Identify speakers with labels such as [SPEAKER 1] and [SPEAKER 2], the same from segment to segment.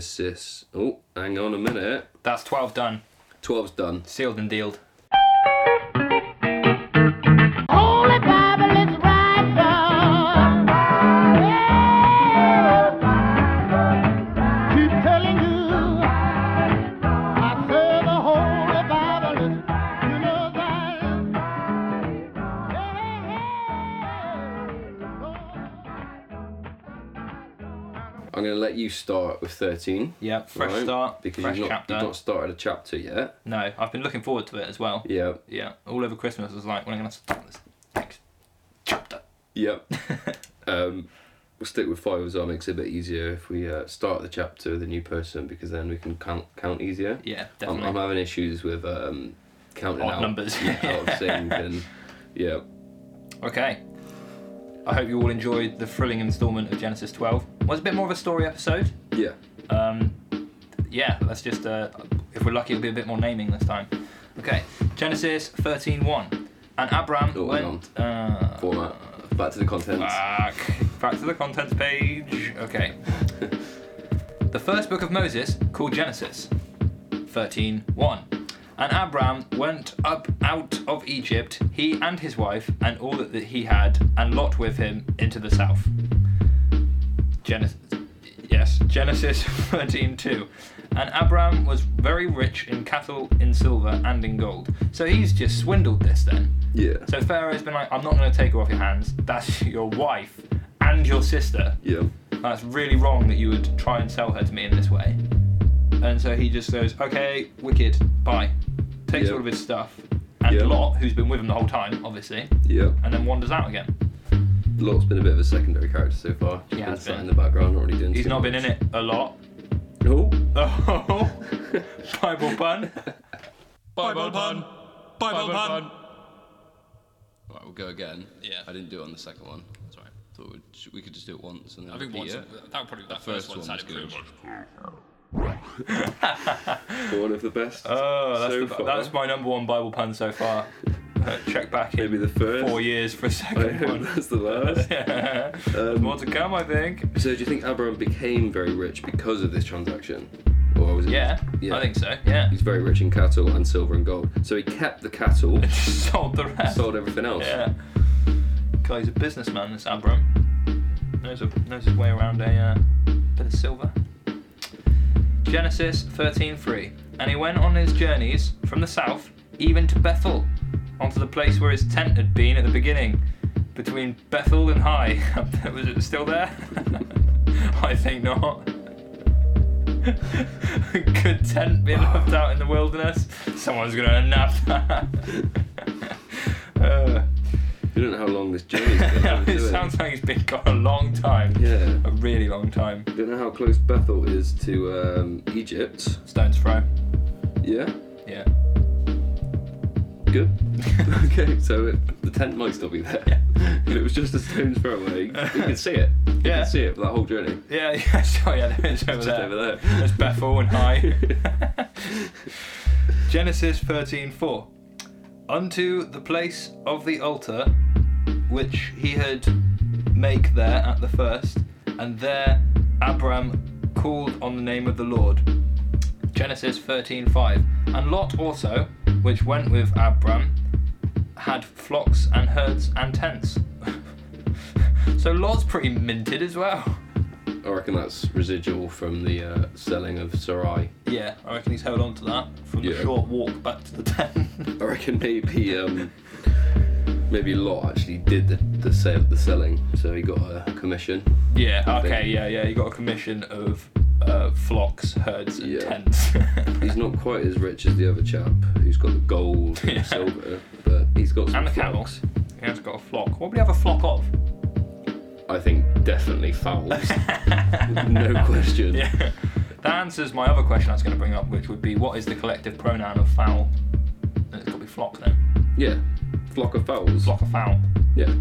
[SPEAKER 1] Genesis. Oh, hang on a minute.
[SPEAKER 2] That's 12 done.
[SPEAKER 1] 12's done.
[SPEAKER 2] Sealed and dealed.
[SPEAKER 3] Holy Bible is right down. Well, keep telling you, I said the Holy Bible is universal.
[SPEAKER 1] I'm going to let you start with 13.
[SPEAKER 2] Yeah, fresh
[SPEAKER 1] right?
[SPEAKER 2] start,
[SPEAKER 1] Because
[SPEAKER 2] fresh
[SPEAKER 1] you've, not,
[SPEAKER 2] chapter.
[SPEAKER 1] you've not started a chapter yet.
[SPEAKER 2] No, I've been looking forward to it as well.
[SPEAKER 1] Yeah.
[SPEAKER 2] Yeah, all over Christmas I was like, when am I going to start this next chapter?
[SPEAKER 1] Yep. um, we'll stick with five as well. Makes it a bit easier if we uh, start the chapter with a new person because then we can count count easier.
[SPEAKER 2] Yeah,
[SPEAKER 1] I'm,
[SPEAKER 2] definitely.
[SPEAKER 1] I'm having issues with um, counting
[SPEAKER 2] Odd
[SPEAKER 1] out
[SPEAKER 2] numbers.
[SPEAKER 1] Yeah, out of sync and yeah.
[SPEAKER 2] Okay. I hope you all enjoyed the thrilling installment of Genesis 12. Was a bit more of a story episode.
[SPEAKER 1] Yeah.
[SPEAKER 2] Um, yeah, let's just, uh, if we're lucky, it'll be a bit more naming this time. Okay, Genesis 13.1. And Abram
[SPEAKER 1] Oh, hang
[SPEAKER 2] went... Uh,
[SPEAKER 1] Format. Back to the contents.
[SPEAKER 2] Back. Back to the contents page. Okay. the first book of Moses, called Genesis, 13:1. And Abram went up out of Egypt, he and his wife, and all that he had, and Lot with him, into the south. Genesis. Yes, Genesis 13:2. And Abram was very rich in cattle, in silver, and in gold. So he's just swindled this then.
[SPEAKER 1] Yeah.
[SPEAKER 2] So Pharaoh's been like, I'm not going to take her off your hands. That's your wife and your sister.
[SPEAKER 1] Yeah.
[SPEAKER 2] That's really wrong that you would try and sell her to me in this way. And so he just goes, okay, wicked, bye. Takes
[SPEAKER 1] Yeah.
[SPEAKER 2] all of his stuff. And
[SPEAKER 1] Yeah.
[SPEAKER 2] Lot, who's been with him the whole time, obviously,
[SPEAKER 1] Yeah.
[SPEAKER 2] and then wanders out again.
[SPEAKER 1] Lot's been a bit of a secondary character so far. He's
[SPEAKER 2] Yeah,
[SPEAKER 1] been
[SPEAKER 2] it's
[SPEAKER 1] sat
[SPEAKER 2] been-
[SPEAKER 1] in the background, not really doing.
[SPEAKER 2] He's
[SPEAKER 1] too
[SPEAKER 2] not been
[SPEAKER 1] much.
[SPEAKER 2] in it a lot.
[SPEAKER 1] No.
[SPEAKER 2] Oh, Bible pun.
[SPEAKER 4] Bible pun. Bible pun.
[SPEAKER 5] Right, we'll go again.
[SPEAKER 4] Yeah.
[SPEAKER 5] I didn't do it on the second one.
[SPEAKER 4] Sorry.
[SPEAKER 5] Thought we'd, sh- we could just do it once and then
[SPEAKER 4] I think once
[SPEAKER 5] repeat it.
[SPEAKER 4] that would probably that first,
[SPEAKER 5] first
[SPEAKER 4] one
[SPEAKER 5] one
[SPEAKER 4] sounded pretty
[SPEAKER 5] was good.
[SPEAKER 4] much.
[SPEAKER 1] One of the best.
[SPEAKER 2] Oh, that's,
[SPEAKER 1] so
[SPEAKER 2] the-
[SPEAKER 1] far.
[SPEAKER 2] that's my number one Bible pun so far. Check back in
[SPEAKER 1] Maybe the first.
[SPEAKER 2] four years for a
[SPEAKER 1] I
[SPEAKER 2] second
[SPEAKER 1] hope
[SPEAKER 2] one.
[SPEAKER 1] that's the last.
[SPEAKER 2] There's more to come, I think.
[SPEAKER 1] So, do you think Abram became very rich because of this transaction, or was it?
[SPEAKER 2] Yeah, I think so. Yeah,
[SPEAKER 1] He's very rich in cattle and silver and gold. So he kept the cattle,
[SPEAKER 2] sold the rest.
[SPEAKER 1] sold everything else.
[SPEAKER 2] Yeah, guy's a businessman. This Abram knows a, knows his way around a uh, bit of silver. Genesis thirteen three, and he went on his journeys from the south even to Bethel, onto the place where his tent had been at the beginning, between Bethel and High. was it still there? I think not. Could tent be left out in the wilderness? Someone's gonna end that. Uh,
[SPEAKER 1] You don't know how long this journey's been. have you,
[SPEAKER 2] it
[SPEAKER 1] do you?
[SPEAKER 2] sounds like he's been gone a long time.
[SPEAKER 1] Yeah.
[SPEAKER 2] A really long time.
[SPEAKER 1] You don't know how close Bethel is to um, Egypt.
[SPEAKER 2] Stone's throw.
[SPEAKER 1] Yeah.
[SPEAKER 2] Yeah.
[SPEAKER 1] Good. okay, so it, the tent might still be there. If it was just a stone's throw away, you could see it. You
[SPEAKER 2] Yeah.
[SPEAKER 1] could see it for that whole journey.
[SPEAKER 2] Yeah, yeah, sorry, yeah, there is over
[SPEAKER 1] Just
[SPEAKER 2] there.
[SPEAKER 1] over there.
[SPEAKER 2] There's Bethel and High. Genesis thirteen four, Unto the place of the altar which he had make there at the first, and there Abram called on the name of the Lord. Genesis thirteen five, And Lot also, which went with Abram, had flocks and herds and tents. so Lot's pretty minted as well.
[SPEAKER 1] I reckon that's residual from the uh, selling of Sarai.
[SPEAKER 2] Yeah, I reckon he's held on to that from the
[SPEAKER 1] Yeah.
[SPEAKER 2] short walk back to the tent.
[SPEAKER 1] I reckon maybe um, maybe Lot actually did the the, sale, the selling, so he got a commission.
[SPEAKER 2] yeah, okay,
[SPEAKER 1] think.
[SPEAKER 2] yeah, yeah. You got a commission of uh, flocks, herds, and
[SPEAKER 1] Yeah.
[SPEAKER 2] tents.
[SPEAKER 1] He's not quite as rich as the other chap who's got the gold and
[SPEAKER 2] Yeah.
[SPEAKER 1] silver, but he's got some
[SPEAKER 2] and the
[SPEAKER 1] flocks.
[SPEAKER 2] camels. He has got a flock. What would he have a flock of?
[SPEAKER 1] I think definitely fowls. no question.
[SPEAKER 2] Yeah. That answers my other question I was going to bring up, which would be what is the collective pronoun of fowl? And it's got to be flock then.
[SPEAKER 1] Yeah. Flock of fowls.
[SPEAKER 2] Flock of fowl.
[SPEAKER 1] Yeah.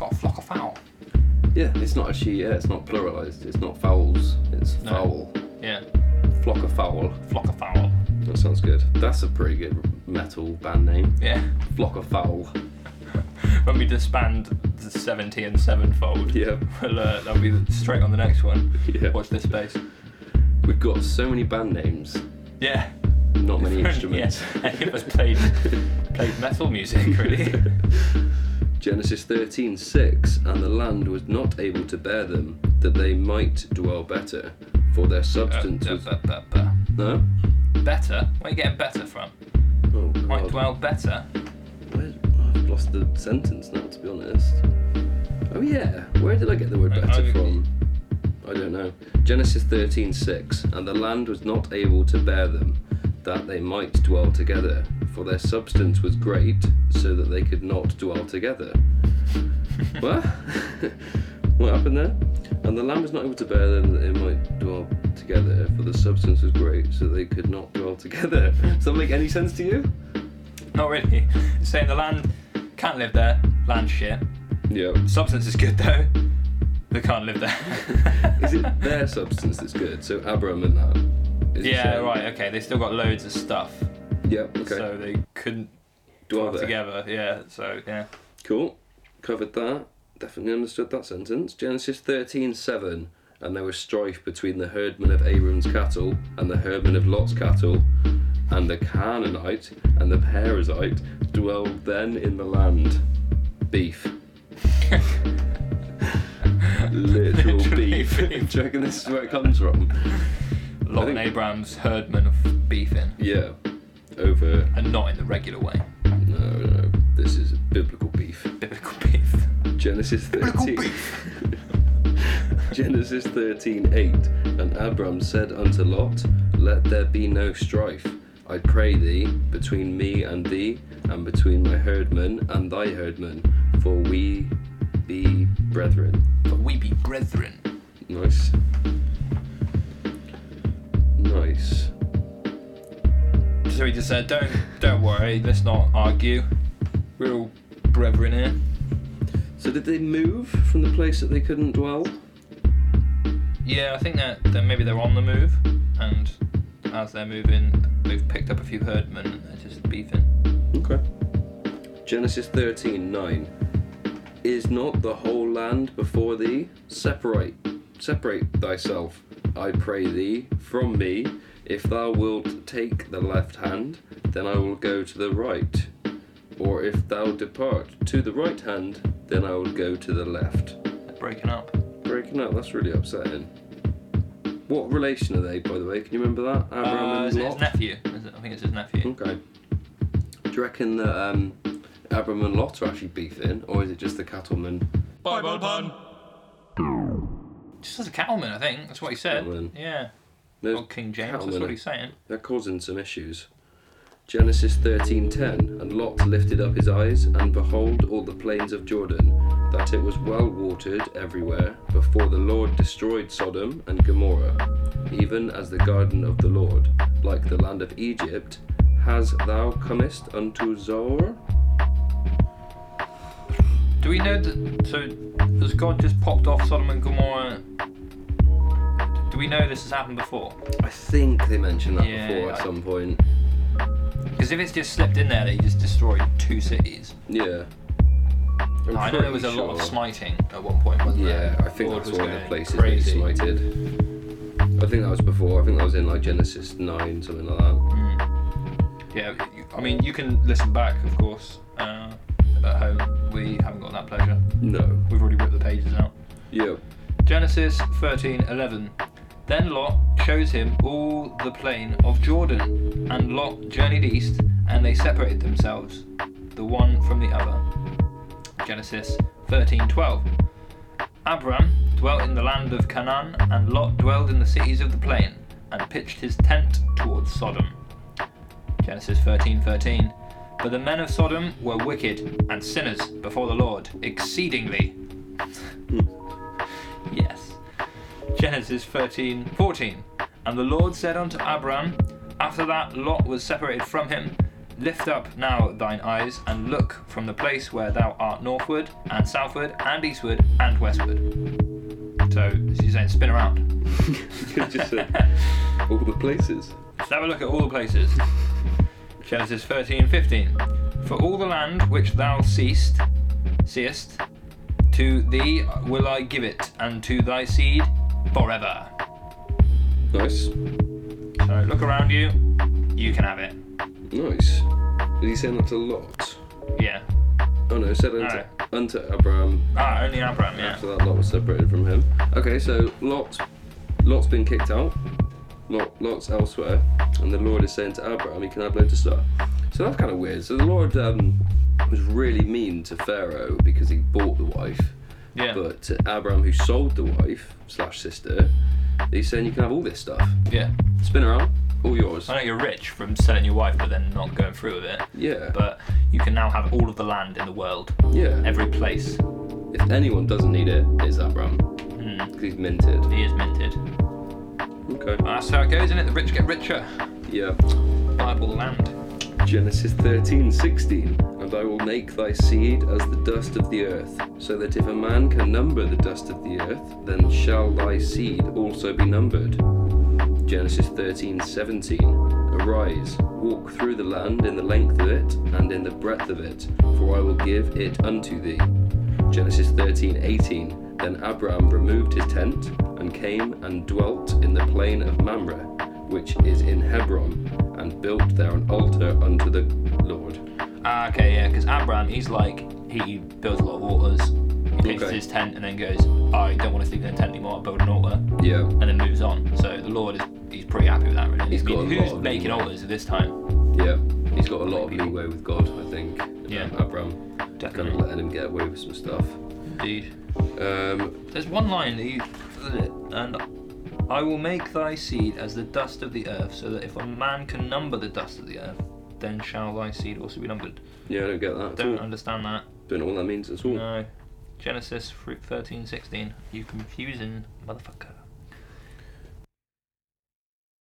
[SPEAKER 2] Got a flock of fowl.
[SPEAKER 1] Yeah. It's not actually. Yeah. It's not pluralized. It's not fowls. It's
[SPEAKER 2] No.
[SPEAKER 1] fowl.
[SPEAKER 2] Yeah,
[SPEAKER 1] Flock of fowl.
[SPEAKER 2] flock of fowl.
[SPEAKER 1] That sounds good. That's a pretty good metal band name.
[SPEAKER 2] Yeah.
[SPEAKER 1] Flock of fowl.
[SPEAKER 2] When we disband the 70 and sevenfold.
[SPEAKER 1] Yeah.
[SPEAKER 2] Well, uh, that'll be straight on the next one.
[SPEAKER 1] Yeah.
[SPEAKER 2] Watch this space.
[SPEAKER 1] We've got so many band names,
[SPEAKER 2] Yeah.
[SPEAKER 1] not many instruments.
[SPEAKER 2] Yeah. Any of us played played metal music really.
[SPEAKER 1] Genesis 13 6 And the land was not able to bear them, that they might dwell better, for their
[SPEAKER 2] Uh,
[SPEAKER 1] substance
[SPEAKER 2] uh,
[SPEAKER 1] was.
[SPEAKER 2] uh, uh, uh.
[SPEAKER 1] No?
[SPEAKER 2] Better? Where are you getting better from?
[SPEAKER 1] Oh,
[SPEAKER 2] Might
[SPEAKER 1] God.
[SPEAKER 2] dwell better.
[SPEAKER 1] Where's- oh, I've lost the sentence now, to be honest. Oh, yeah. Where did I get the word
[SPEAKER 2] Right,
[SPEAKER 1] better
[SPEAKER 2] I-
[SPEAKER 1] from? I don't know. Genesis thirteen six, And the land was not able to bear them, that they might dwell together, for their substance was great, so that they could not dwell together. what? what happened there? And the land was not able to bear them, that they might dwell together, for the substance was great, so they could not dwell together. Does that make any sense to you?
[SPEAKER 2] Not really. It's saying the land can't live there. Land shit.
[SPEAKER 1] Yeah.
[SPEAKER 2] Substance is good though. They can't live there.
[SPEAKER 1] Is it their substance that's good? So Abram and that. Is it
[SPEAKER 2] Yeah,
[SPEAKER 1] saying-
[SPEAKER 2] right. Okay, they still got loads of stuff,
[SPEAKER 1] Yep. Okay.
[SPEAKER 2] so they couldn't
[SPEAKER 1] Dwell
[SPEAKER 2] dwell
[SPEAKER 1] there.
[SPEAKER 2] together. Yeah. So yeah.
[SPEAKER 1] Cool. Covered that. Definitely understood that sentence. Genesis thirteen seven, And there was strife between the herdmen of Abram's cattle and the herdmen of Lot's cattle. And the Canaanite and the Perizzite dwelled then in the land. Beef. Literal
[SPEAKER 2] Literally
[SPEAKER 1] beef.
[SPEAKER 2] beef.
[SPEAKER 1] Do you reckon this is where it comes from?
[SPEAKER 2] Lot
[SPEAKER 1] think-
[SPEAKER 2] and Abraham's herdmen of beefing,
[SPEAKER 1] Yeah. Over
[SPEAKER 2] and not in the regular way.
[SPEAKER 1] No, no, this is biblical beef.
[SPEAKER 2] Biblical beef.
[SPEAKER 1] Genesis 13. Genesis 13, 8. And Abram said unto Lot, Let there be no strife, I pray thee, between me and thee, and between my herdmen and thy herdmen, for we be brethren.
[SPEAKER 2] But we be brethren.
[SPEAKER 1] Nice. Nice.
[SPEAKER 2] So he just said, "Don't, don't worry. Let's not argue. We're all brethren here."
[SPEAKER 1] So, did they move from the place that they couldn't dwell?
[SPEAKER 2] Yeah, I think that, that maybe they're on the move, and as they're moving, they've picked up a few herdmen and they're just beefing.
[SPEAKER 1] Okay. Genesis thirteen nine. Is not the whole land before thee? Separate, separate thyself, I pray thee, from me. If thou wilt take the left hand, then I will go to the right. Or if thou depart to the right hand, then I will go to the left.
[SPEAKER 2] They're breaking up.
[SPEAKER 1] Breaking up, that's really upsetting. What relation are they, by the way? Can you remember that? Abraham
[SPEAKER 2] Uh,
[SPEAKER 1] and
[SPEAKER 2] is it his
[SPEAKER 1] Lot?
[SPEAKER 2] nephew? Is it, I think it's his nephew.
[SPEAKER 1] Okay. Do you reckon that um, Abram and Lot are actually beefing, or is it just the cattlemen?
[SPEAKER 4] Bible pun.
[SPEAKER 2] Just as a cattleman, I think. That's what he said.
[SPEAKER 1] Cattleman.
[SPEAKER 2] Yeah.
[SPEAKER 1] There's
[SPEAKER 2] Old King James, that's
[SPEAKER 1] cattlemen
[SPEAKER 2] what
[SPEAKER 1] are-
[SPEAKER 2] he's saying.
[SPEAKER 1] They're causing some issues. Genesis 13:10 And Lot lifted up his eyes and behold all the plains of Jordan that it was well watered everywhere before the Lord destroyed Sodom and Gomorrah even as the garden of the Lord like the land of Egypt has thou comest unto Zoar
[SPEAKER 2] Do we know that? So, has God just popped off Sodom and Gomorrah? Do we know this has happened before?
[SPEAKER 1] I think they mentioned that
[SPEAKER 2] Yeah,
[SPEAKER 1] before at
[SPEAKER 2] I-
[SPEAKER 1] some point
[SPEAKER 2] Because if it's just slipped in there, that he just destroyed two cities.
[SPEAKER 1] Yeah. I'm
[SPEAKER 2] Oh, I know there was a
[SPEAKER 1] pretty
[SPEAKER 2] lot of
[SPEAKER 1] sure.
[SPEAKER 2] smiting at one point, wasn't there?
[SPEAKER 1] Yeah, I think
[SPEAKER 2] Lord
[SPEAKER 1] that's
[SPEAKER 2] was
[SPEAKER 1] one of the
[SPEAKER 2] going
[SPEAKER 1] places
[SPEAKER 2] crazy.
[SPEAKER 1] they smited. I think that was before. I think that was in like Genesis nine, something like that.
[SPEAKER 2] Hmm. Yeah, you- I mean, you can listen back, of course, uh, at home. We haven't got that pleasure.
[SPEAKER 1] No.
[SPEAKER 2] We've already ripped the pages out.
[SPEAKER 1] Yeah.
[SPEAKER 2] Genesis 13:11. Then Lot chose him all the plain of Jordan, and Lot journeyed east, and they separated themselves, the one from the other. Genesis 13:12. Abram dwelt in the land of Canaan, and Lot dwelled in the cities of the plain, and pitched his tent towards Sodom. Genesis 13:13. But the men of Sodom were wicked and sinners before the Lord exceedingly. Yes. Genesis 13, 14. And the Lord said unto Abram, After that Lot was separated from him, lift up now thine eyes and look from the place where thou art northward, and southward, and eastward, and westward. So he's saying, spin around.
[SPEAKER 1] Just said all the places.
[SPEAKER 2] Let's have a look at all the places. Genesis 13, 15. For all the land which thou seest, seest, to thee will I give it, and to thy seed forever.
[SPEAKER 1] Nice.
[SPEAKER 2] So look around you. You can have it.
[SPEAKER 1] Nice. Did he say that's a lot?
[SPEAKER 2] Yeah.
[SPEAKER 1] Oh no, it said unto, unto Abraham
[SPEAKER 2] Ah, only Abraham. Yeah.
[SPEAKER 1] So that lot was separated from him. Okay, so Lot, Lot's been kicked out. Lot, Lot's elsewhere, and the Lord is saying to Abraham, "He can have loads of stuff." So that's kind of weird. So the Lord um, was really mean to Pharaoh because he bought the wife,
[SPEAKER 2] Yeah.
[SPEAKER 1] but to Abraham, who sold the wife slash sister, he's saying you can have all this stuff.
[SPEAKER 2] Yeah.
[SPEAKER 1] Spin around, all yours.
[SPEAKER 2] I know you're rich from selling your wife, but then not going through with it.
[SPEAKER 1] Yeah,
[SPEAKER 2] But you can now have all of the land in the world,
[SPEAKER 1] yeah.
[SPEAKER 2] every place.
[SPEAKER 1] If anyone doesn't need it, it's Abraham.
[SPEAKER 2] Hmm.
[SPEAKER 1] 'Cause he's minted.
[SPEAKER 2] He is minted.
[SPEAKER 1] Okay.
[SPEAKER 2] Well, that's how it goes, isn't it? The rich get richer.
[SPEAKER 1] Yeah.
[SPEAKER 2] Bible land.
[SPEAKER 1] Genesis 13, 16. And I will make thy seed as the dust of the earth, so that if a man can number the dust of the earth, then shall thy seed also be numbered. Genesis 13, 17. Arise, walk through the land in the length of it and in the breadth of it, for I will give it unto thee. Genesis 13, 18. Then Abraham removed his tent and came and dwelt in the plain of Mamre, which is in Hebron, and built there an altar unto the Lord.
[SPEAKER 2] Ah, okay, yeah, because Abraham, he's like, he builds a lot of altars. He takes
[SPEAKER 1] Okay.
[SPEAKER 2] his tent and then goes, I don't want to sleep in a tent anymore, I build an altar,
[SPEAKER 1] Yeah,
[SPEAKER 2] and then moves on. So the Lord is, he's pretty happy with that, really.
[SPEAKER 1] He's
[SPEAKER 2] I mean,
[SPEAKER 1] got a lot
[SPEAKER 2] who's
[SPEAKER 1] of
[SPEAKER 2] making
[SPEAKER 1] leeway.
[SPEAKER 2] altars this time?
[SPEAKER 1] yeah. He's got a lot of leeway with God, I think. um,
[SPEAKER 2] Yeah.
[SPEAKER 1] Abraham kind of
[SPEAKER 2] Definitely.
[SPEAKER 1] letting him get away with some stuff.
[SPEAKER 2] Indeed.
[SPEAKER 1] Um,
[SPEAKER 2] There's one line that you. And I will make thy seed as the dust of the earth, so that if a man can number the dust of the earth, then shall thy seed also be numbered.
[SPEAKER 1] yeah, I don't get that. at
[SPEAKER 2] Don't
[SPEAKER 1] all.
[SPEAKER 2] understand that.
[SPEAKER 1] Don't know what that means at all.
[SPEAKER 2] No. Genesis 13, 16. You confusing motherfucker.